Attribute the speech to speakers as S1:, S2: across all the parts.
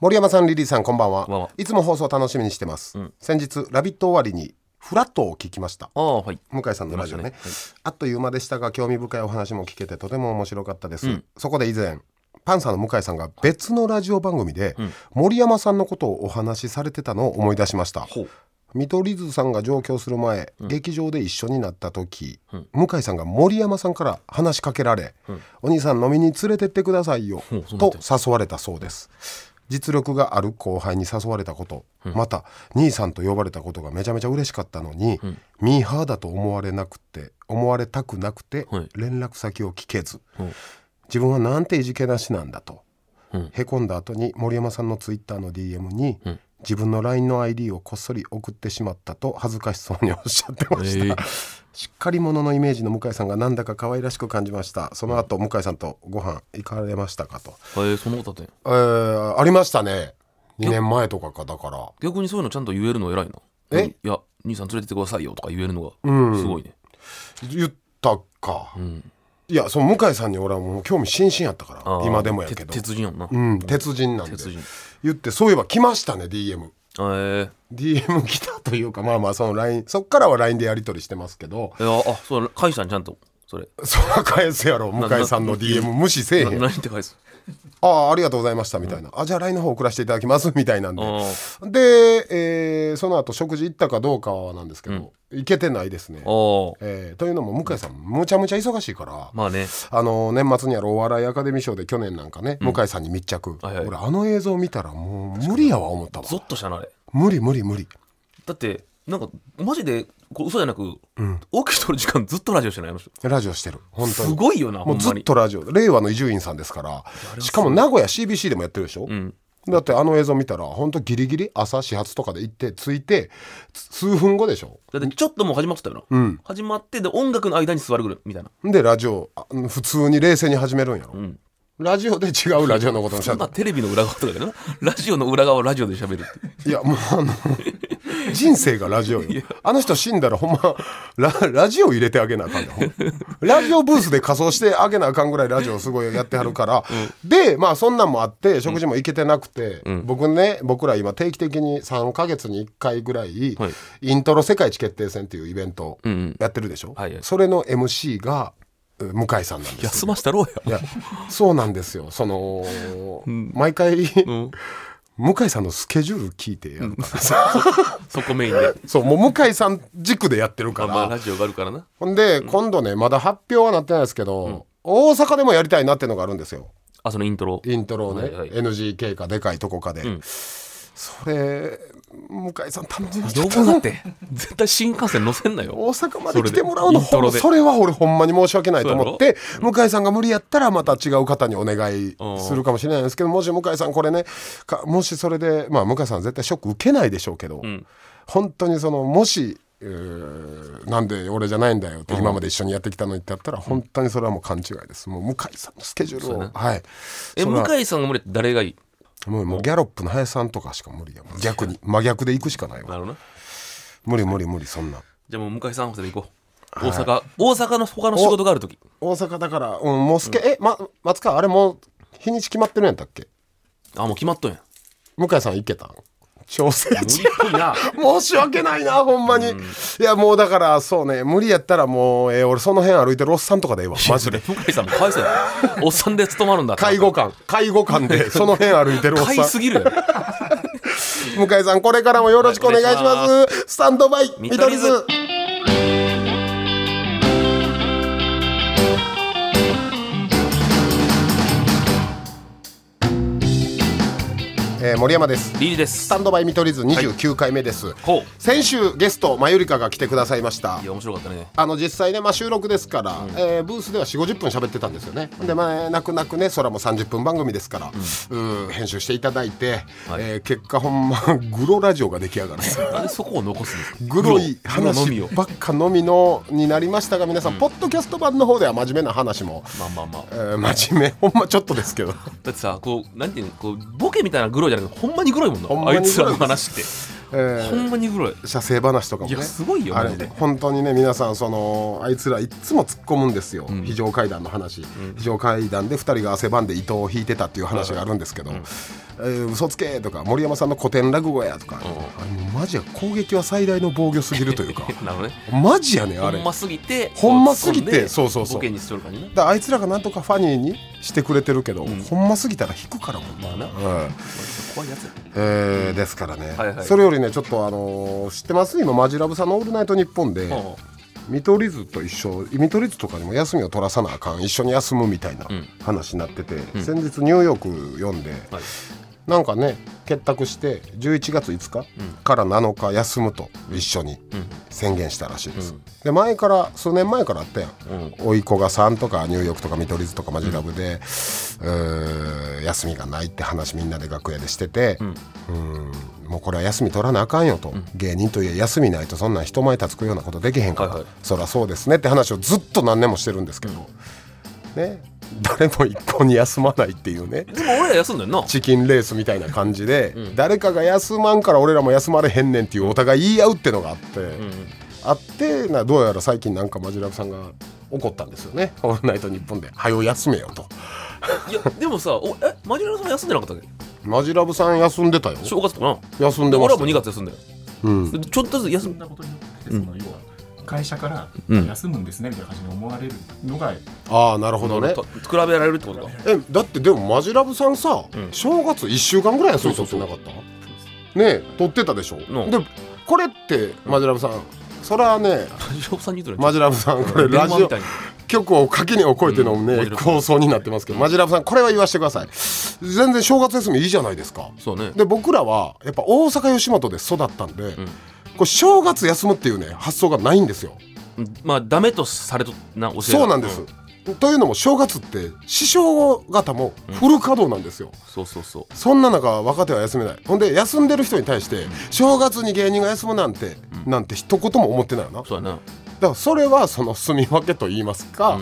S1: 森山さんリリーさんこんばんは
S2: こんばんはい
S1: つも放送楽しみにしてます、先日「ラビット!」終わりにフラットを聞きました
S2: ああはい
S1: 向井さんのラジオ
S2: 出
S1: ね
S2: ま
S1: あっという間でしたが興味深いお話も聞けてとても面白かったです、そこで以前パンサーの向井さんが別のラジオ番組で森山さんのことをお話しされてたのを思い出しました、
S2: ほう
S1: 見取り図さんが上京する前、劇場で一緒になった時、向井さんが森山さんから話しかけられ、お兄さん飲みに連れてってくださいよ、と誘われたそうです実力がある後輩に誘われたこと、また兄さんと呼ばれたことがめちゃめちゃ嬉しかったのに、ミーハーだと思われなくて思われたくなくて、
S2: はい
S1: 連絡先を聞けず、自分はなんていじけなしなんだと、へこんだ後に森山さんのツイッターの DM に、自分の LINE の ID をこっそり送ってしまったと恥ずかしそうにおっしゃってまし た、
S2: ええ
S1: しっかり者のイメージの向井さんがなんだか可愛らしく感じましたその後、向井さんとご飯行かれましたかと、
S2: えー、そのことだって
S1: えーありましたね2年前とかかだから
S2: 逆にそういうのちゃんと言えるの偉いな
S1: え
S2: いや兄さん連れてってくださいよとか言えるのがすごいね、
S1: 言ったか、いやその向井さんに俺はもう興味津々やったから
S2: ああ
S1: 今でもやけど
S2: て鉄人やんな、
S1: うん、鉄人なんで
S2: 鉄人
S1: 言ってそういえば来ましたね DM。
S2: えー
S1: DM 来たというかまあまあその LINE そっからは LINE でやり取りしてますけど
S2: いやあそう返したんちゃんとそれ
S1: そら返すやろ向井さんの DM 無視せえへ
S2: なん何って返す
S1: ああありがとうございましたみたいな、あじゃあ LINE の方送らせていただきますみたいなんで
S2: あ
S1: で、えーその後食事行ったかどうかはなんですけど、行けてないです
S2: あ、
S1: ね
S2: あ
S1: えーというのも向井さんむちゃむちゃ忙しいから、
S2: まあね
S1: あの年末にあるお笑いアカデミー賞で去年なんかね、向井さんに密着、
S2: はいはい
S1: 俺あの映像見たらもう無理やわ思ったわ
S2: ゾッとしたなあれ
S1: 無理無理無理
S2: だってなんかマジでこう嘘じゃなく、大きいとる時間ずっとラジオしてないの人
S1: ラジオしてる本当
S2: す
S1: に
S2: ごいよなほ
S1: も
S2: ん
S1: うず
S2: ま
S1: っ
S2: に
S1: とラジオ令和の伊集院さんですからしかも名古屋 CBC でもやってるでしょ、
S2: ん
S1: だってあの映像見たら本当ギリギリ朝始発とかで行って着いてつ数分後でしょ
S2: だってちょっともう始まってたよな、始まってで音楽の間に座るぐらいみたいなん
S1: でラジオあ普通に冷静に始めるんやろ、
S2: ん
S1: ラジオで違うラジオのことをしゃ
S2: そんな
S1: っ
S2: テレビの裏側とかだよなラジオの裏側をラジオで喋るって
S1: ていやもうあの人生がラジオよあの人死んだらほんまララジオ入れてあげなあかんで、ほんラジオブースで仮装してあげなあかんぐらいラジオすごいやってはるから、でまあそんなんもあって食事も行けてなくて、僕ね僕ら今定期的に3ヶ月に1回ぐらい、
S2: はい
S1: イントロ世界一決定戦っていうイベント
S2: うんうん
S1: やってるでしょ、
S2: はいはい
S1: それの MC がえ向井さんなんですよ
S2: 休ましたろう
S1: い
S2: や
S1: やそうなんですよその、毎回、
S2: ん
S1: 向井さんのスケジュール聞いてやるから さ、
S2: そこメインで
S1: そうもう向井さん軸でやってるか
S2: まあ
S1: ら、
S2: まあラジオがあるからな
S1: ほんで今度ねまだ発表はなってないですけど、大阪でもやりたいなってのがあるんですよ
S2: あそのイントロ
S1: イントロをね、
S2: はいはい
S1: NGK かでかいとこかで、それ向井さん頼んで
S2: どこだって絶対新幹線乗せんなよ
S1: 大阪まで来てもらうの
S2: それでイントロ
S1: そ
S2: で
S1: れそれは俺ほんまに申し訳ないと思って向井さんが無理やったらまた違う方にお願いするかもしれないんですけどもし向井さんこれねかもしそれでまあ向井さんは絶対ショック受けないでしょうけど、本当にそのもしえーなんで俺じゃないんだよって今まで一緒にやってきたのにってやったら本当にそれはもう勘違いですもう向井さんのスケジュールを、はい
S2: え
S1: それは
S2: 向井さんが無理って誰がいい
S1: もうもうギャロップの林さんとかしか無理やもん逆に真逆で行くしかない
S2: な
S1: わ
S2: るほどな
S1: 無理無理無理そんな
S2: じゃあもう向井さん補正で行こう大阪大阪の他の仕事がある時
S1: 大阪だから、うん、もうすけ、え、ま、松川、あれもう、日にち決まってるんやったっけ
S2: あもう決まっとんや
S1: 向井さん行けたん調整中。
S2: 無理っぽいな
S1: 申し訳ないな、ほんまに。いや、もうだから、そうね、無理やったらもう、えー俺その辺歩いてるおっさんとかでええわ、マジで。
S2: 向井さんもかわいそうやおっさんで勤まるんだから
S1: 介護官、介護官で、その辺歩いてるおっ
S2: 買い
S1: さ
S2: す
S1: ん。
S2: ぎるやろ
S1: 向井さん、これからもよろしくお願いし
S2: はいお
S1: ます。スタンドバイ、見
S2: 見取
S1: 取り
S2: り
S1: 図
S2: 図。
S1: えー森山です。
S2: リリで
S1: ス
S2: す
S1: タンドバイ見取り図29回目です、
S2: ほう
S1: 先週ゲストマユリカが来てくださいました
S2: いや面白かったね
S1: あの実際ね、まあ、収録ですから、えーブースでは4 5 0分喋ってたんですよね、で、まあ、泣く泣くね空も30分番組ですから、うん編集していただいて、
S2: はい
S1: えー結果ほんまグロラジオが出来上がる
S2: なんでそこを残すんですか
S1: グロい
S2: グロの
S1: 話
S2: みを
S1: ばっかのみのになりましたが皆さん、ポッドキャスト版の方では真面目な話も、
S2: まあまあまあ
S1: えー真面目ほんまちょっとです けど
S2: だってさこうなんていうのこうボケみたいなグロいじゃなくてほんまにグロいもんな
S1: ほんまに
S2: あいつらの
S1: グロいで
S2: 話って
S1: え
S2: ほん
S1: ー
S2: まに 黒い
S1: 写生話とかも
S2: い
S1: ね
S2: やすごいよ
S1: あ
S2: マ
S1: れ
S2: ジで
S1: 本当にね皆さんそのあいつらいっつも突っ込むんですよ、非常階段の話、非常階段で2人が汗ばんで糸を引いてたっていう話があるんですけど「えー嘘つけ!」とか「森山さんの古典落語や」とか、あれもうマジや攻撃は最大の防御すぎるとい うか
S2: なのね
S1: マジやねあ
S2: ほ
S1: れ
S2: んますぎて
S1: ほんますぎて
S2: こ突っ込んで
S1: そうそうそう
S2: ボケにしとる感じな
S1: だからあいつらがなんとかファニーにしてくれてるけど、ほんますぎたら引くからもん
S2: まあな
S1: うん
S2: 怖いやつや
S1: えーですからね、
S2: はいはい
S1: それよりねちょっとあのー知ってます今マジラブさんの「オールナイトニッポン」で
S2: ほ
S1: 見取り図と一緒見取り図とかにも休みを取らさなあかん一緒に休むみたいなん話になってて、先日ニューヨーク読んで、
S2: うはい
S1: なんかね結託して11月5日から7日休むと一緒に宣言したらしいです、で前から数年前からあったやん、甥いっ子が3とかニューヨークとか見取り図とかマジラブで、うーん休みがないって話みんなで楽屋でしてて、うーんもうこれは休み取らなあかんよと、芸人といえ休みないとそんなん人前立つくようなことできへんから、
S2: はいはい
S1: そりゃそうですねって話をずっと何年もしてるんですけど、ね誰も一向に休まないって いうね
S2: でも俺ら休んだよな
S1: チキンレースみたいな感じで、誰かが休まんから俺らも休まれへんねんっていうお互い言い合うってのがあって、あってなどうやら最近なんかマジラブさんが怒ったんですよね「オールナイトニッポン」で「はよ休めよ」と
S2: いやでもさおえマジラルさん休んでなかったっけ
S1: マジラブさん休んでたよ
S2: 正月とかな
S1: 休んでま
S2: 俺ら
S1: した
S2: も
S1: よ
S2: 2月休んだよ
S1: うん
S2: でちょっとずつ休
S3: そん
S2: ん
S3: なことによってその、要は会社から
S2: うん
S3: 休むんですねみたいな感じに思われるのが、
S1: ああなるほどね
S2: と比べられるってことか
S1: えだってでもマジラブさんさ、
S2: ん
S1: 正月1週間ぐらい休み取ってなかったねえ取ってたでしょ、
S2: ん
S1: でこれってマジラブさんそれはね
S2: マジラブさんに言うと
S1: マジラブさんこれラジオ曲を垣根を越えてのね、
S2: うん
S1: 構想になってますけどマジラブさんこれは言わせてください全然正月休みいいじゃないですか
S2: そうね
S1: で僕らはやっぱ大阪吉本で育ったんで、これ正月休むっていうね発想がないんですよ
S2: うんまあダメとされとな教え
S1: そうなんです、というのも正月って師匠方もフル稼働なんですよ、
S2: そうそうそう
S1: そんな中若手は休めないほんで休んでる人に対して正月に芸人が休むなんて、なんて一言も思ってないよなだか
S2: そうやな
S1: らそれはその住み分けと言いますか、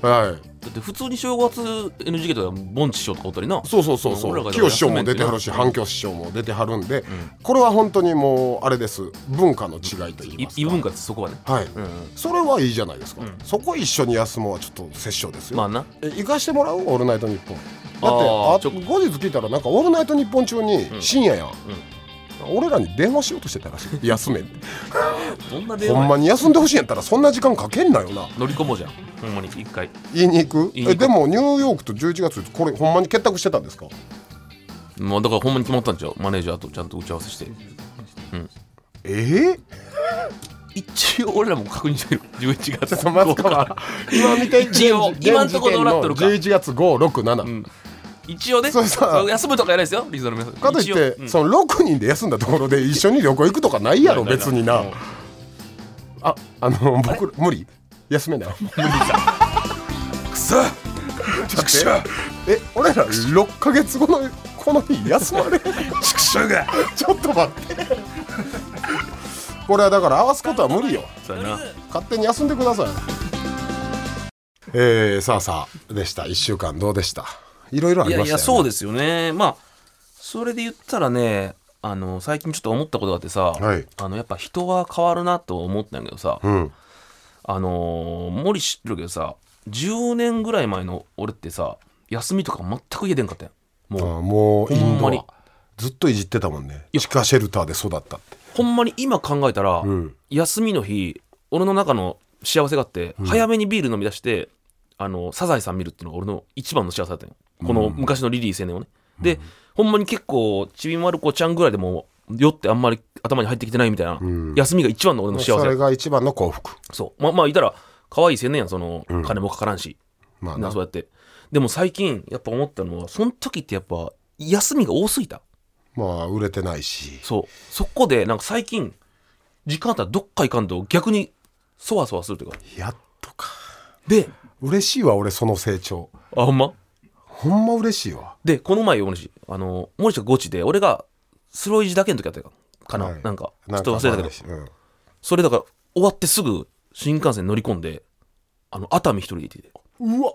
S1: はい
S2: だって普通に正月 NGK とかボンチ師匠とかおったりな
S1: そうそうそうそ
S2: 俺ら
S1: う
S2: が
S1: 清師匠も出てはる
S2: う
S1: し
S2: ん
S1: 反響師匠も出てはるんで、これは本当にもうあれです文化の違いと言い
S2: い
S1: ますか
S2: 異文化ってそこはね
S1: はい、
S2: うんうん
S1: それはいいじゃないですか、そこ一緒に休もうはちょっと殺生ですよ、
S2: まあな
S1: え行かしてもらうオールナイトニッポンだって
S2: あー
S1: あ
S2: ちょ
S1: 後日聞いたらなんかオールナイトニッポン中に深夜やん、俺らに電話しようとしてたらしい休めって
S2: どんな 電
S1: ほん
S2: 話
S1: まに休んでほしいんやったらそんな時間かけんなよな
S2: 乗り込もうじゃんほんまに一回
S1: 言いに行く
S2: 言いに行く
S1: えでもニューヨークと11月これほんまに結託してたんですか
S2: まあだからほんまに決まったんちゃうマネージャーとちゃんと打ち合わせして
S1: えー、
S2: 一応俺らも確認してる11月
S1: ちょっと待って
S2: こうか
S1: か今見て
S2: 一応
S1: 現
S2: 今んとこどうなっとるか
S1: 現時点の11月567、
S2: ん一応ね
S1: そうそう
S2: そう休むとかやらないですよリスナーの皆さん
S1: かといっ
S2: 一応
S1: て、
S2: うん
S1: その6人で休んだところで一緒に旅行行くとかないやろ
S2: ないない
S1: 別にな
S2: うん
S1: ああの僕無理休めない
S2: くそちくしょう
S1: え俺ら6か月後のこの日休まれ
S2: ちくしょうが
S1: ちょっと待ってこれはだから合わすことは無理よ
S2: そうやな
S1: 勝手に休んでくださいえー、さあさあでした1週間どうでしたいろいろあ
S2: い
S1: り
S2: や
S1: ま
S2: い
S1: したよ、ね、
S2: やそう
S1: で
S2: ですよねまあそれで言ったらねあの最近ちょっと思ったことがあってさ、
S1: はい
S2: あのやっぱ人は変わるなと思ったんやけどさ、
S1: うん
S2: あのー森知ってるけどさ10年ぐらい前の俺ってさ休みとか全く家出んかったやん
S1: あ
S2: もう
S1: ーもうインド
S2: ほんまに
S1: はずっといじってたもんね
S2: や
S1: 地下シェルターで育ったって
S2: ほんまに今考えたら、
S1: ん
S2: 休みの日俺の中の幸せがあって、早めにビール飲み出してあのサザエさん見るっていうのが俺の一番の幸せだったんよこの昔のリリー青年をね、でほんまに結構ちびまる子ちゃんぐらいでも酔ってあんまり頭に入ってきてないみたいな、休みが一番の俺の幸
S1: それ
S2: せ
S1: が一番の幸福
S2: そうまあまあいたら可愛い青年やんその、金もかからんし
S1: まあ
S2: な
S1: な
S2: そうやってでも最近やっぱ思ったのはその時ってやっぱ休みが多すぎた
S1: まあ売れてないし
S2: そうそこでなんか最近時間あったらどっか行かんと逆にそわそわするというか
S1: やっとか
S2: で
S1: 嬉しいわ俺その成長
S2: あほんま
S1: ほんま嬉しいわ
S2: でこの前森氏あの森氏がゴチで俺がスロイジだけの時あったかかな、
S1: はい
S2: なんかちょっと忘れたけど
S1: ど、うん
S2: それだから終わってすぐ新幹線乗り込んであの熱海一人で行ってて
S1: うわ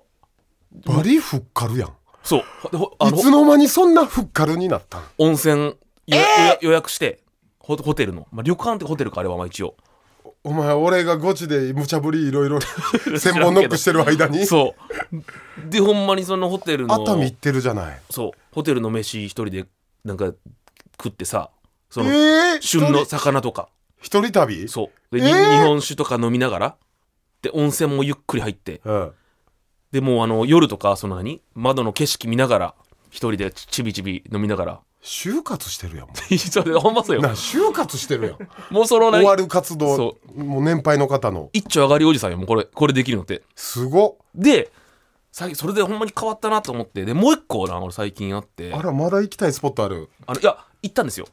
S1: バリふっかるやん
S2: そうほでほあ
S1: い
S2: の
S1: つの間にそんなふっかるになったん
S2: 温泉予,、予約してホホテルの、まあ、旅館ってホテルかあれはまあ一応
S1: お前俺がゴチで無茶ぶりいろ いろ専門ノックしてる間に熱
S2: そうでほんまにそのホテルの
S1: 海行ってるじゃない
S2: そうホテルの飯一人でなんか食ってさその
S1: ええ
S2: 旬の
S1: 一人
S2: 魚とか
S1: 一人旅
S2: そうで、に
S1: えー
S2: 日本酒とか飲みながらで温泉もゆっくり入って
S1: うん
S2: でもうあの夜とかその何窓の景色見ながら一人でちちびちび飲みながら
S1: 就活してるやんもう
S2: それほんまそうよ
S1: な就活してるや ん
S2: もうその
S1: 終
S2: 何
S1: わる活動もう年配の方の
S2: 一丁上がりおじさんよもうこれこれできるのって
S1: すごっ
S2: で最近それでほんまに変わったなと思ってでもう一個な俺最近あって
S1: あらまだ行きたいスポットある
S2: あのいや行ったんですよ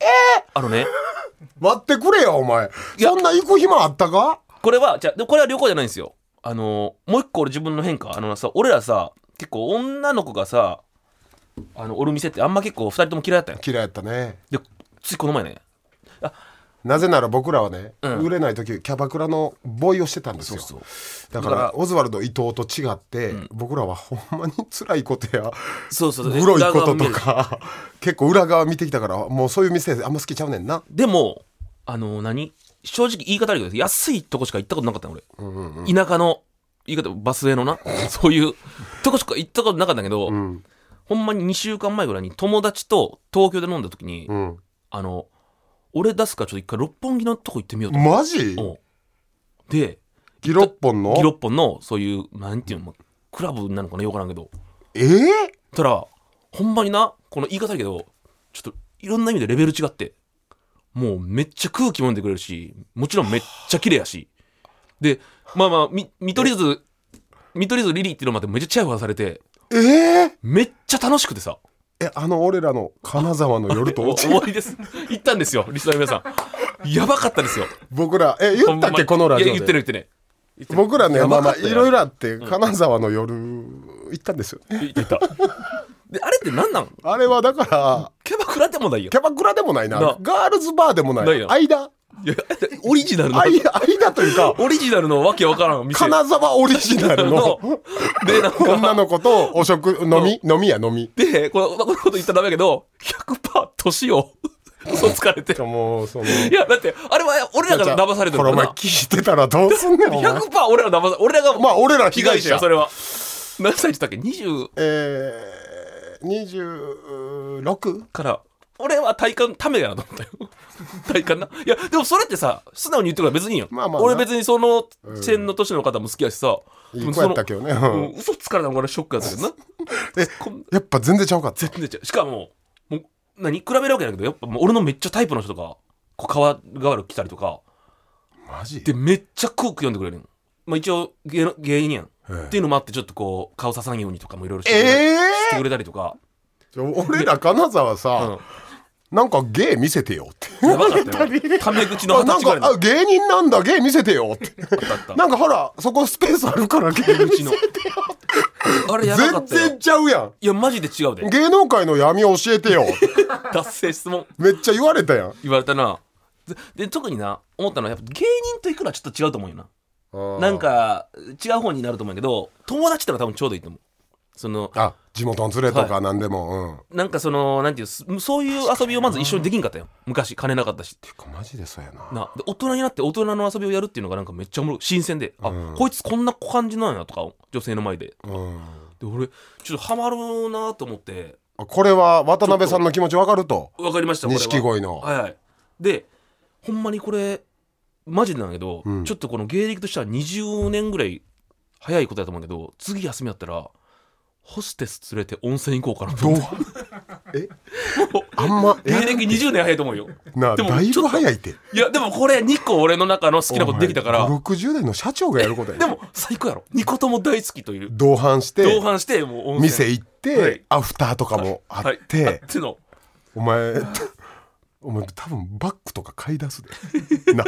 S2: ええあのね
S1: 待ってくれよお前
S2: いや
S1: そんな行く暇あったか
S2: これはじゃあでもこれは旅行じゃないんですよあのもう一個俺自分の変化あのさ俺らさ結構女の子がさあのおる店ってあんま結構二人とも嫌いだったよ
S1: 嫌いやったね
S2: でついこの前ね
S1: なぜなら僕らはね、
S2: うん
S1: 売れない時キャバクラのボーイをしてたんですよ
S2: う
S1: だか
S2: だから
S1: オズワルド伊藤と違って、僕らはほんまに辛いことや
S2: そうそうそう
S1: グロ
S2: 裏
S1: いこと
S2: 側
S1: と
S2: 見える
S1: か 結構裏側見てきたからもうそういう店あんま好きちゃうねんな
S2: でもあの何正直言い方悪いけど安いとこしか行ったことなかったの俺、田舎の言い方バスへのなそういうとこしか行ったことなかったんだけど、
S1: うん
S2: ほんまに2週間前ぐらいに友達と東京で飲んだ時に、
S1: うん
S2: あの俺出すからちょっと一回六本木のとこ行ってみようと思
S1: マジ
S2: って、うんで
S1: ギロッポンの
S2: ギロッポンのそういうなんていうのクラブなのかなよくわからんけど
S1: えー、
S2: たらほんまになこの言い方だけどちょっといろんな意味でレベル違ってもうめっちゃ空気読んでくれるしもちろんめっちゃ綺麗やしでまあまあみ見取り図見取り図リリーっていうのまでめっちゃチヤホヤされて
S1: えー、
S2: めっちゃ楽しくてさ
S1: えあの俺らの金沢の夜 と
S2: お
S1: 落ち
S2: 終わりです行ったんですよリスナーの皆さんやばかったですよ
S1: 僕らえ言ったっ
S2: ほんま
S1: け
S2: に
S1: このラジ
S2: い
S1: オ
S2: や言って
S1: で
S2: ね言ってね言ってね
S1: 僕らね
S2: や
S1: まあ
S2: ば
S1: ま
S2: か
S1: あ
S2: ったよ
S1: いろいろあって金沢の夜行ったんですよね、
S2: 言ってたであれって何なん
S1: あれはだから
S2: キャバクラでもないよ
S1: キャバクラでもないな
S2: な
S1: ガールズバーでもない
S2: ないな
S1: 間
S2: いやオリジナルの
S1: 間間というか
S2: オリジナルのわけわからん店
S1: 金沢オリジナルの
S2: で なんか
S1: 女の子とお食飲み飲みや飲み
S2: でこのこのこと言ったらダメだけど100%年を 嘘つかれ て
S1: もうその
S2: いやだってあれは俺らが騙されて
S1: こ
S2: る
S1: れお前
S2: から
S1: 聞いてたらどうすんねんお前
S2: 100%俺らが騙さ俺らが
S1: まあ俺ら被
S2: 被
S1: 害
S2: 害者
S1: 者
S2: よそれは何歳って言ったっけ20
S1: えー、26?
S2: から俺は体感ためやなと思 ったよ体感ないやでもそれってさ素直に言ってるから別にいいよ、
S1: まあまあな
S2: 俺別にその線の年の方も好きやしさ、
S1: い
S2: で
S1: い
S2: も
S1: 子
S2: そ
S1: や
S2: の
S1: ったけどね、
S2: う
S1: うん
S2: ん、嘘つかれたのが俺ショックやったけど な
S1: え
S2: こん
S1: やっぱ全然ちゃうかった
S2: 全然違うしかももう何比べるわけだけどやっぱもう俺のめっちゃタイプの人とかこう皮が悪く来たりとか
S1: マジ
S2: でめっちゃ空気読んでくれるの、まあ、一応芸の芸人やん、
S1: ええ
S2: っていうのもあってちょっとこう顔ささんようにとかもいろいろしてくれたり
S1: え
S2: してくれたりとか、
S1: え俺ら金沢さ、なんか芸見せてよって
S2: うん、やばか ったよタメ口の
S1: あ
S2: 二十歳
S1: なん
S2: ぐら
S1: か
S2: いのあ
S1: あ芸人なんだ芸見せてよって
S2: ったあった
S1: なんかほらそこスペースあるから芸
S2: タメ
S1: 見
S2: 口
S1: せ
S2: の
S1: て
S2: あれやばか
S1: 全
S2: ったよ
S1: 然ちゃうやん
S2: いやマジで違う で
S1: 芸能界の闇教えてよって
S2: 達成質問
S1: めっちゃ言われたやん
S2: 言われたなでで特にな思ったのはやっぱ芸人と行くのはちょっと違うと思うよななんか違う方になると思うけど友達ってのは多分ちょうどいいと思うその
S1: あ地元の連れとか何でも、うん
S2: なんかそのなんていうすそういう遊びをまず一緒にできんかったよ昔金なかったして
S1: かマジでそうやな
S2: なで大人になって大人の遊びをやるっていうのがなんかめっちゃおもろい新鮮で、あこいつこんな感じなんやとか女性の前で
S1: うん
S2: で俺ちょっとハマるなと思って
S1: あこれは渡辺さんの気持ちわかると
S2: わかりましたこれは
S1: 錦鯉の、
S2: はいはいでほんまにこれマジでなんだけど、
S1: うん
S2: ちょっとこの芸歴としては20年ぐらい早いことだと思うんだけど次休みやったらホステス連れて温泉行こうかなと
S1: どう
S2: 思 って
S1: えあんま
S2: 芸
S1: や
S2: 歴20年早いと思うよ
S1: な
S2: でも
S1: だい
S2: ちょ
S1: ぶ
S2: っと
S1: 早いって
S2: いやでもこれ2個俺の中の好きなことできたから
S1: 60代の社長がやることや
S2: で
S1: で
S2: も最高やろ2個とも大好きという
S1: 同伴して
S2: 同伴してもう温泉
S1: 店行って、
S2: はい
S1: アフターとかもあって、
S2: はいあっての
S1: お前 お前多分バッグとか買い出すで な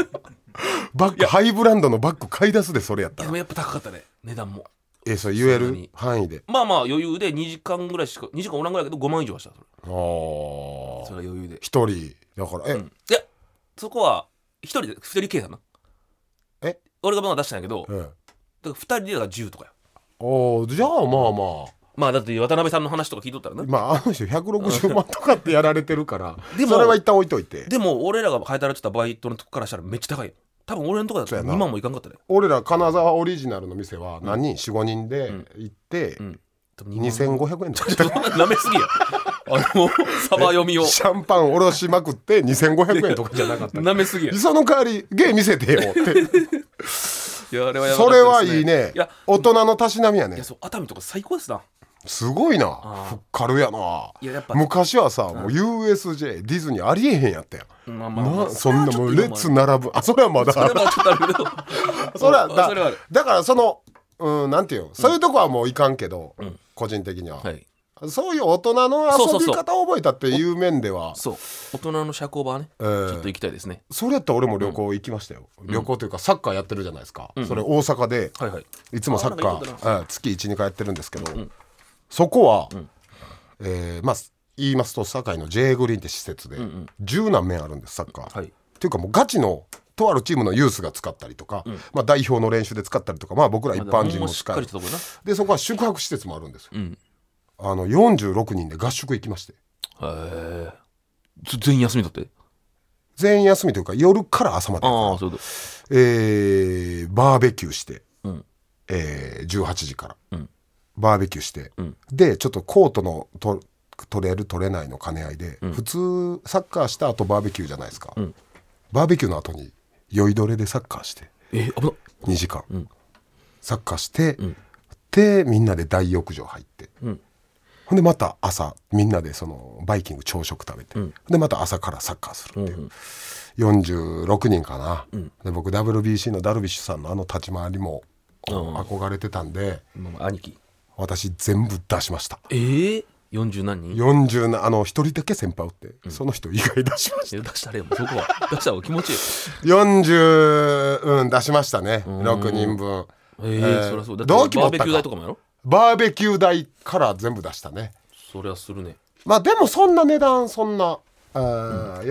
S1: バッグハイブランドのバッグ買い出すでそれやった
S2: で
S1: ら
S2: もやっぱ高かったね値段も
S1: えそれ言え
S2: そんな
S1: る
S2: に
S1: 範囲で
S2: まあまあ余裕で2時間ぐらいしか2時間おらんぐらいだけど5万以上はしたそれそ
S1: ああ
S2: れは余裕で
S1: 一人だからえ、
S2: うんいやそこは1人で2人計算な
S1: え
S2: 俺がまだ出したんやけどだか
S1: ええ
S2: ら2人でだから10とかよ
S1: おーじゃあまあまあ
S2: まあだって渡辺さんの話とか聞いとったらな
S1: まああの人160万とかってやられてるから
S2: でも
S1: それは一旦置いといて
S2: でも俺らが働いてたバイトのとこからしたらめっちゃ高いよ多分俺のとこだったら
S1: そうやな
S2: 2万もいかんかったね
S1: 俺ら金沢オリジナルの店は何人45人で
S2: ん
S1: 行って
S2: ん多分2
S1: 2500円だった
S2: ちょっと 舐めす ぎやあのサバ読みを
S1: シャンパンおろしまくって2500円とかじゃなかった
S2: 舐めすぎや
S1: その代わり芸見せてよって
S2: いやあれはやばかっ
S1: そ
S2: た
S1: れ
S2: です
S1: はいいね
S2: いや
S1: 大人のたしなみや
S2: い
S1: ね
S2: やそう熱海とか最高ですな
S1: すごいな
S2: あー
S1: ふっかるやない
S2: ややっぱ
S1: 昔はさもう USJ ディズニーありえへんやったやん
S2: まあまあまあ
S1: なそんなもう
S2: れは
S1: 列並ぶあそれはまだ
S2: ちょっとまあそれはちょっ とあるけど
S1: それはだ
S2: それはある
S1: だからそのうんなんていうのそういうとこはもういかんけど、個人的には、
S2: はい
S1: そういう大人の
S2: そう
S1: 遊
S2: そ
S1: び
S2: うそう
S1: 方を覚えたっていう面では
S2: そう大人の社交場はねち
S1: えー
S2: ょっと行きたいですね
S1: それやったら俺も旅行行きましたよ、旅行というかサッカーやってるじゃないですか、それ大阪で、
S2: はいはい
S1: いつもサッ
S2: あ
S1: カ
S2: なんか言うて
S1: ー、うん月12回やってるんですけど、そこは、えーまあ言いますと堺の J グリーンって施設で十何面あるんですサッカー。
S2: はい
S1: っていうかもうガチのとあるチームのユースが使ったりとか、まあ、代表の練習で使ったりとか、まあ、僕ら一般人も
S2: しっ
S1: 使
S2: か
S1: え
S2: り
S1: る
S2: したとこな
S1: でそこは宿泊施設もあるんですよ、
S2: ん
S1: あの46人で合宿行きまして
S2: へえ全員休みだって
S1: 全員休みというか夜から朝まで
S2: ああそうだ
S1: えーバーベキューして、
S2: うん
S1: えー18時から、
S2: うん
S1: バーベキューして、
S2: ん
S1: でちょっとコートのと取れる取れないの兼ね合いで、普通サッカーした後バーベキューじゃないですか、
S2: ん
S1: バーベキューの後に酔いどれでサッカーして
S2: え危なっ
S1: 2時間、
S2: ん
S1: サッカーして、
S2: ん
S1: でみんなで大浴場入って、
S2: うん
S1: ほんでまた朝みんなでそのバイキング朝食食べて、
S2: ん
S1: でまた朝からサッカーするっていう、46人かな、で僕 WBC のダルビッシュさんのあの立ち回りも
S2: うん
S1: 憧れてたんで
S2: まあまあ兄貴
S1: 私全部出しました
S2: ええ40何人
S1: 40なあの1人だけ先輩おって、その人以外出しました
S2: いや出したらええもんそこは出した方が気持ちいい
S1: 40、うん、出しましたね6人分
S2: ええそりゃそうだって
S1: 同期もお
S2: バ
S1: っ
S2: ー
S1: た
S2: ベキ
S1: か
S2: ュー代とかもやろ
S1: バーベキュー代から全部出したね
S2: そりゃするね
S1: まあでもそんな値段そんな、あー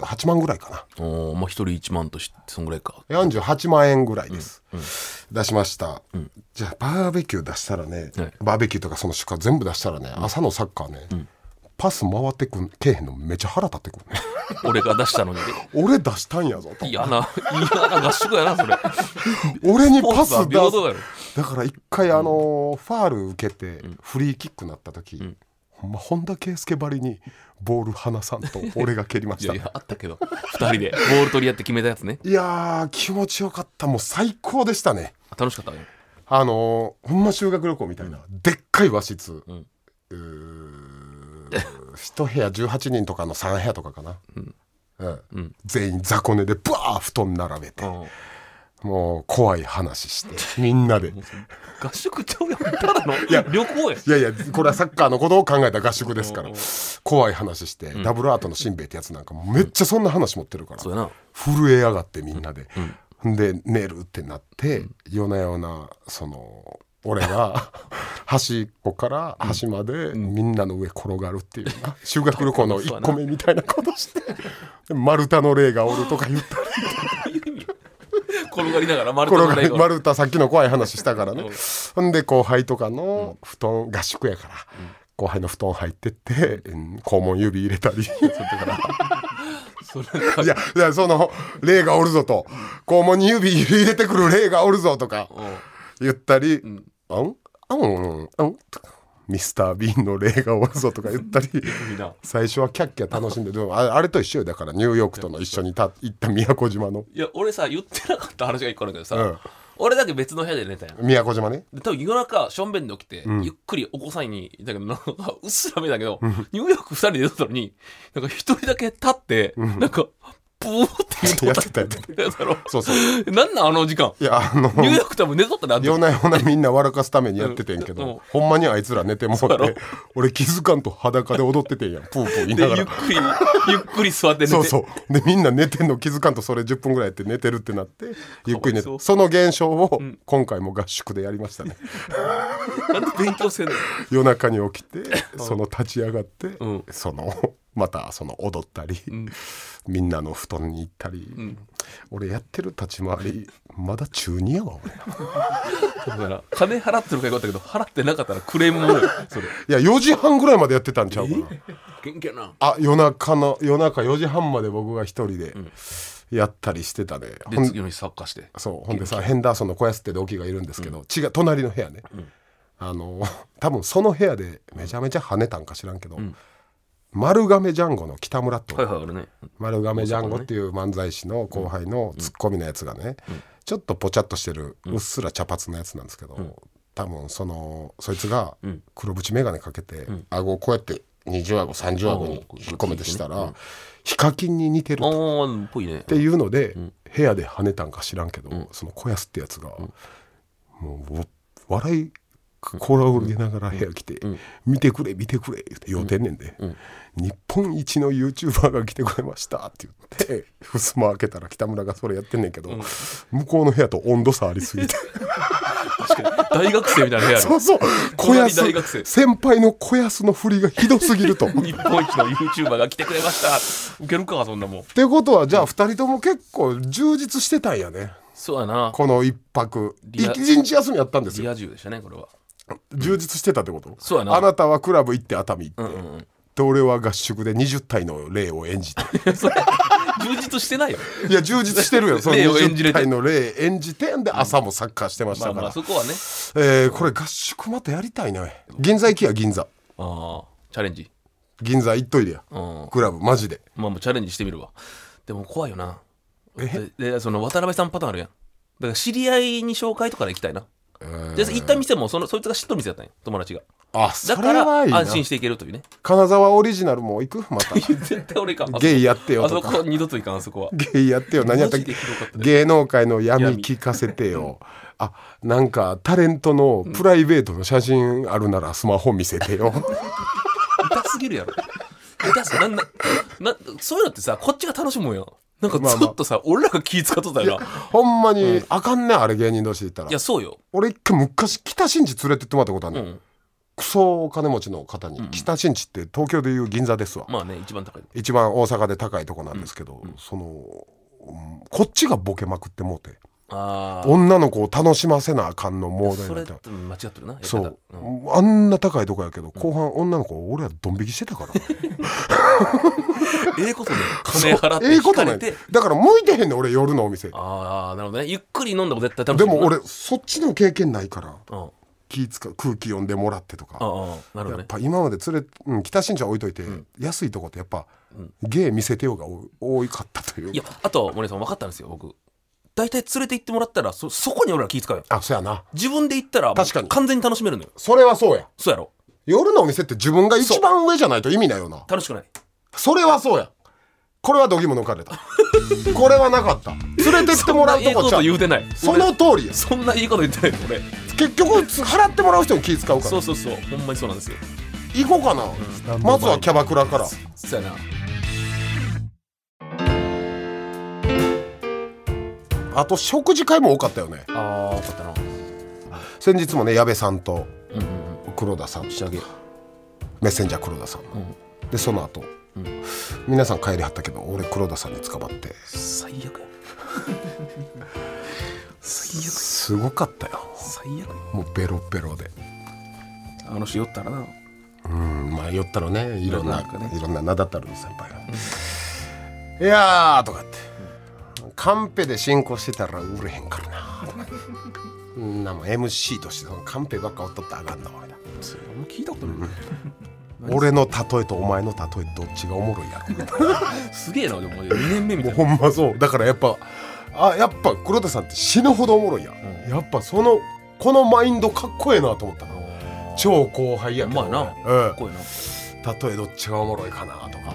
S1: 48万ぐらいかな
S2: おまあ一人1万としそんぐらいか
S1: 48万円ぐらいです、出しました、じゃあバーベキュー出したらね、
S2: はい
S1: バーベキューとかその宿泊全部出したらね、朝のサッカーね、パス回ってくんけえへんのめっちゃ腹立ってくる ね
S2: 俺が出した のに
S1: 俺出したんやぞと
S2: 嫌な嫌な合宿やなそれ
S1: 俺にパ
S2: ポーズは
S1: ス出
S2: 平
S1: す
S2: 等やろ
S1: だから一回あのーファール受けてフリーキックなった時、ほんま本田圭佑ばりにボール離さんと俺が蹴りま
S2: い
S1: した
S2: やい
S1: ね
S2: やあったけど2人でボール取り合って決めたやつね
S1: いやー気持ちよかったもう最高でしたね
S2: 楽しかったね
S1: あのーほんま修学旅行みたいな、でっかい和室、うん一部屋18人とかの3部屋とかかな、うん全員雑魚寝でブワー布団並べて、
S2: うん
S1: もう怖い話してみんな で
S2: 合宿ちゃうやんただの
S1: や
S2: 旅行やん
S1: いやいやこれはサッカーのことを考えた合宿ですから
S2: うん
S1: 怖い話して、ダブルアートのしんべヱってやつなんかめっちゃそんな話持ってるから、
S2: そうやな
S1: 震え上がってみんなで、ほんで寝るってなって、夜な夜なその俺が端っこから端までみんなの上転がるっていうな、修学旅行の1個目みたいなことしてで丸太の霊がおるとか言ったり
S2: 転がりながら丸太
S1: 転
S2: の
S1: が
S2: レイ
S1: り
S2: が
S1: 丸太さっきの怖い話したからね
S2: うん
S1: ほんで後輩とかの布団合宿やから。後輩の布団入ってって、うん肛門指入れたりい
S2: それなんか
S1: やいやその霊がおるぞと肛門に指入れてくる霊がおるぞとか
S2: うん
S1: 言ったり「あんあんあん」とか「ミスター・ビーンの霊がおるぞ」とか言ったり
S2: いいな
S1: 最初はキャッキャ楽しんででもあれあれと一緒よだからニューヨークとの一緒にた行った宮古島の
S2: いや俺さ言ってなかった話が一個あるんだけどさ、
S1: うん
S2: 俺だけ別の部屋で寝たやん
S1: 宮古 島ね
S2: で多分夜中しょんべんで起きて、ゆっくり起こさんにだけど なんかうっすら目だけど、ニューヨーク2人で出たのになんか1人だけ立って、なんかブーって言うとった
S1: やって
S2: たやつだろ
S1: そうそう
S2: なんなんあの時間
S1: いやあ
S2: ニ
S1: の
S2: ューヨーク多分寝とったなって
S1: 夜な夜なみんな笑かすためにやっててんけ
S2: うんうん
S1: どほんまにあいつら寝てもう
S2: そうや
S1: て
S2: ろ
S1: 俺気づかんと裸で踊ってて んやんプープー言い
S2: で
S1: なが
S2: ゆっ
S1: ら。
S2: くりゆっくり座って寝て
S1: そうそうでみんな寝てんの気づかんとそれ10分ぐらいやって寝てるってな ってゆっくり寝
S2: かわいそう
S1: てその現象を今回も合宿でやりましたね
S2: なんで勉強せんの
S1: 夜中に起きてその立ち上がって、
S2: ん
S1: そのまたその踊ったり、みんなの布団に行ったり、
S2: ん
S1: 俺やってる立ち回りまだ中2やわ俺
S2: だから金払ってるかよかったけど払ってなかったらクレームもおるよそれ
S1: いや4時半ぐらいまでやってたんちゃうかな
S2: 元気やな
S1: あ夜中の夜中4時半まで僕が一人でやったりしてたね、
S2: で
S1: ほん
S2: 次の日サッカーして
S1: そうほんでさヘンダーソンの小安って同期がいるんですけど、違う隣の部屋ね、あの 多分その部屋でめちゃめちゃ跳ねたんか知らんけど、丸亀ジャンゴの北村って
S2: はいはいあれね
S1: 丸亀ジャンゴっていう漫才師の後輩のツッコミのやつがね、ちょっとぽちゃっとしてるうっすら茶髪のやつなんですけど、多分そのそいつが黒縁眼鏡かけて、顎をこうやって20顎30顎に引っ込めてしたら、ヒカキンに似てる
S2: あ
S1: と。
S2: あぽいね
S1: っていうので、部屋で跳ねたんか知らんけど、その小安ってやつが、もうわ笑いこらをげながら部屋来て、見てくれ見てくれ」言って言うてんねんで、日本一の YouTuber が来てくれました」って言って襖開けたら北村がそれやってんねんけど、向こうの部屋と温度差ありすぎて
S2: 確かに大学生みたいな部屋
S1: そう
S2: の
S1: そう小安
S2: 隣大学生
S1: 先輩の小安の振りがひどすぎる と。
S2: 日本一の YouTuber が来てくれましたウケるかそんなもん
S1: ってことはじゃあ2人とも結構充実してたんやね
S2: そうやな
S1: この一泊
S2: リ
S1: 一
S2: ア
S1: 日休みやったんですよ
S2: リア充でしたねこれは
S1: 充実してたってこと、
S2: そうやな
S1: あなたはクラブ行って熱海行って、
S2: うんうんうん
S1: で俺は合宿で20体の霊を演 じて
S2: それ 充実してないよ
S1: いや充実してるよその
S2: 霊を演じれ
S1: 20
S2: て
S1: 体の霊演じてんで朝もサッカーしてまし
S2: ま
S1: た
S2: あ
S1: から、
S2: まあそこはね
S1: えーこれ合宿またやりたいね銀座行きや銀座
S2: ああチャレンジ
S1: 銀座行っといでや
S2: うんま
S1: クラブマジで
S2: あもうチャレンジしてみるわでも怖いよな
S1: え
S2: ででその渡辺さんパターンあるやんだから知り合いに紹介とかで行きたいなで一旦店もそのそいつが知っとる店だったんや友達が
S1: あ
S2: だ
S1: そ
S2: か
S1: れ
S2: ら
S1: はいいな
S2: 安心していけると いうね
S1: 金沢オリジナルも行くまた
S2: 絶対 俺いかんあそこ
S1: ゲイやってよ
S2: あ
S1: と
S2: そ
S1: か
S2: こ二度といかんあそこは
S1: ゲイやってよ何やったっ
S2: マジで
S1: け
S2: ひどかったね
S1: 芸能界の闇聞かせてよあなんかタレントのプライベートの写真あるならスマホ見せ てよ
S2: 痛すぎるやろ痛すぎるなんななそういうのってさこっちが楽しむんやんなんか
S1: まあ
S2: ず
S1: まあ
S2: っとさ、俺らが気使っとったよない
S1: ほんまにあかんねんあれ芸人同士で言った
S2: や
S1: ら
S2: そうよ、
S1: 俺一回昔北新地連れてってもらったことある
S2: う
S1: ねん
S2: ん、
S1: クソお金持ちの方に北新地って東京でいう銀座ですわ
S2: まあね一番高い
S1: 一番大阪で高いとこなんですけどそのうんこっちがボケまくってもうて
S2: ああ
S1: 女の子を楽しませなあかんの問題
S2: そ
S1: にな
S2: れ
S1: っ
S2: ってて間違ってるなやり方
S1: そう、
S2: うん
S1: あんな高いとこやけど後半女の子俺はドン引きしてた から
S2: ええこと ね金払って
S1: ええ
S2: 引
S1: こ
S2: か
S1: とな
S2: れ
S1: い
S2: て
S1: だから向いてへんねん俺夜のお店
S2: ああなるほどねゆっくり飲んだも絶対楽し
S1: で
S2: い
S1: も
S2: な
S1: 俺そっちの経験ないから
S2: うんあ
S1: 気使う空気読んでもらってとか
S2: あなるほど
S1: やっ
S2: ね
S1: ぱ今まで連れ、うん、北新地は置いといて、安いとこってやっぱ、芸見せてようが多多かったという
S2: いやあと森さん分かったんですよ僕大体連れて行ってもらったらそそこに俺ら気使うよ
S1: あそやな
S2: 自分で行ったらもう
S1: 確かに
S2: 完全に楽しめるのよ
S1: それはそうや
S2: そうやろ
S1: 夜のお店って自分が一番上じゃないと意味ないよな
S2: 楽しくない
S1: それはそうやこれはどぎも抜か れたこれはなかった連れてってもらう
S2: そん
S1: と
S2: なええ
S1: こ
S2: こ
S1: ちゃ
S2: と
S1: う
S2: 言うてない
S1: その通りや
S2: そんないいこと言ってない俺
S1: 結局つ払ってもらう人に気使うから
S2: そうそうそうほんまにそうなんですよ
S1: 行こうかな、まずはキャバクラから
S2: そうやな
S1: あと食事会も多かったよね
S2: あー分かったな
S1: 先日もね矢部さんと
S2: うんうんうん
S1: 黒田さん
S2: 仕上げ
S1: メッセンジャー黒田さん、でその後、皆さん帰りはったけど俺黒田さんに捕まって
S2: 最悪や最悪
S1: すごかったよ
S2: 最悪や
S1: もうベロベロで、
S2: あの人酔ったらな
S1: うん、まあ酔ったらねいろんな
S2: なんかね
S1: いろんな名だたる先輩が「いやー」とかって「カンペで進行してたら売れへんからな」とかってそんなもん MC としてそのカンペばっかおっとったらあかんな俺だ
S2: それあんま聞いたことない
S1: 俺の例えとお前の例えどっちがおもろいやろ
S2: すげえなでも2年目みた
S1: もう
S2: い
S1: ほんまそうだからやっぱあやっぱ黒田さんって死ぬほどおもろいや、ん、やっぱそのこのマインドかっこええなと思ったな
S2: な
S1: 超後輩や
S2: う
S1: けど
S2: まいなかっ
S1: 俺うん
S2: こいいな
S1: 例えどっちがおもろいかなとか、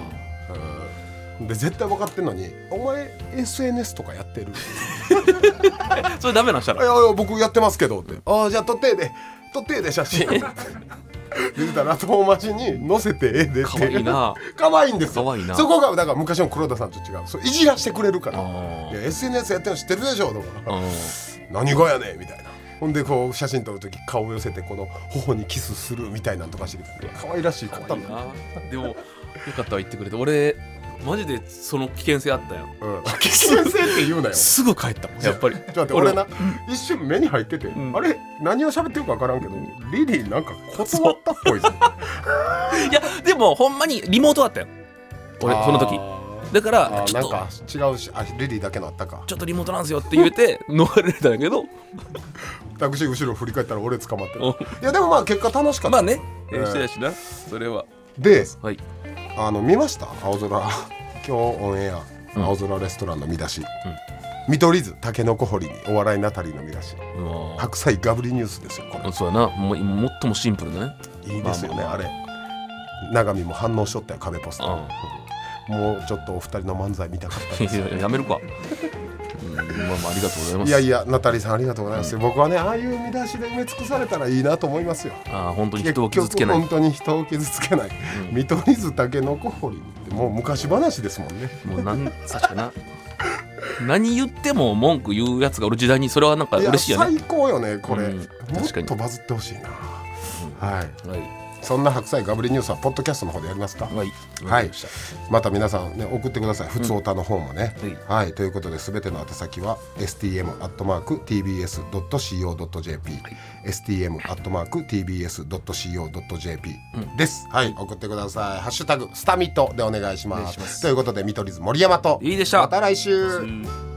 S1: うん、で絶対分かってんのに「お前 SNS とかや ってる? 」
S2: それダメなんした
S1: いやい
S2: ら
S1: や僕やってますけど」って「ああじゃあ撮ってえで撮ってえで写 真」言うたら遠回しに載せてええでって
S2: 可愛い な
S1: 可愛いんですよ
S2: 可愛いな
S1: そこがだから昔の黒田さんと違うそういじらしてくれるから
S2: あ
S1: いや SNS やってるの知ってるでしょ」とか
S2: あ
S1: 何がやねんみたいなほんでこう写真撮る時顔を寄せてこの頬にキスするみたいなんとかして可愛らしい方
S2: いいなでもよかったわ言ってくれて俺マジでその危険性あったよ
S1: うん、危険性って言うなよ
S2: すぐ帰ったもんやっぱり
S1: だって俺な一瞬目に入ってて、
S2: ん
S1: あれ何を喋ってるか分からんけどリリーなんか断ったっぽいぞ
S2: いやでもほんまにリモートだったよ俺その時だか
S1: あ
S2: ら
S1: ー
S2: ちょ
S1: な
S2: っと
S1: んか違うしあリリーだけのあったか
S2: ちょっとリモートなんですよって言えて逃れたんだけど
S1: タクシー後ろ振り返ったら俺捕まってる
S2: お
S1: いやでもまあ結果楽しかった、
S2: まあね
S1: ええ
S2: 練習やしなそれは
S1: で
S2: はい
S1: あの見ました青空 今日オンエア青空レストランの見出し、見取り図タケノコ掘りにお笑いナタリーの見出し
S2: うわ
S1: 白菜ガブリニュースですよこれ
S2: そうやなもうもっともシンプルだね
S1: いいですよね、
S2: ま
S1: あ
S2: あまあ
S1: れ永見も反応しとったよ壁ポスター
S2: あ
S1: もうちょっとお二人の漫才見たかった
S2: あ
S1: で
S2: い
S1: す
S2: ややめるか、うん、まあまあありがとうございます
S1: いやいやナタリーさんありがとうございます、僕はねああいう見出しで埋め尽くされたらいいなと思いますよ
S2: ああ本当に人を傷つけない
S1: 結局本当に人を傷つけない、見取り図タケノコ掘りってもう昔話ですもんね
S2: もうなん確かな何言っても文句言うやつがおる時代にそれはなんか
S1: いや
S2: 嬉しいよね
S1: 最高よねこれ、
S2: うん
S1: もっ
S2: 確かに
S1: とバズってほしいな、はい
S2: はい
S1: そんな白菜ガブリニュースはポッドキャストの方でやりますか
S2: はい
S1: はいまた皆さんね送ってください普通おたの方もね、
S2: うん
S1: はい、ということで全ての宛先は stm.tbs.co.jp、stm.tbs.co.jp です、はい送ってください「ハッシュタグスタミット」でお願いしますということで見取り図森山と
S2: いいでした
S1: また来週、
S2: うん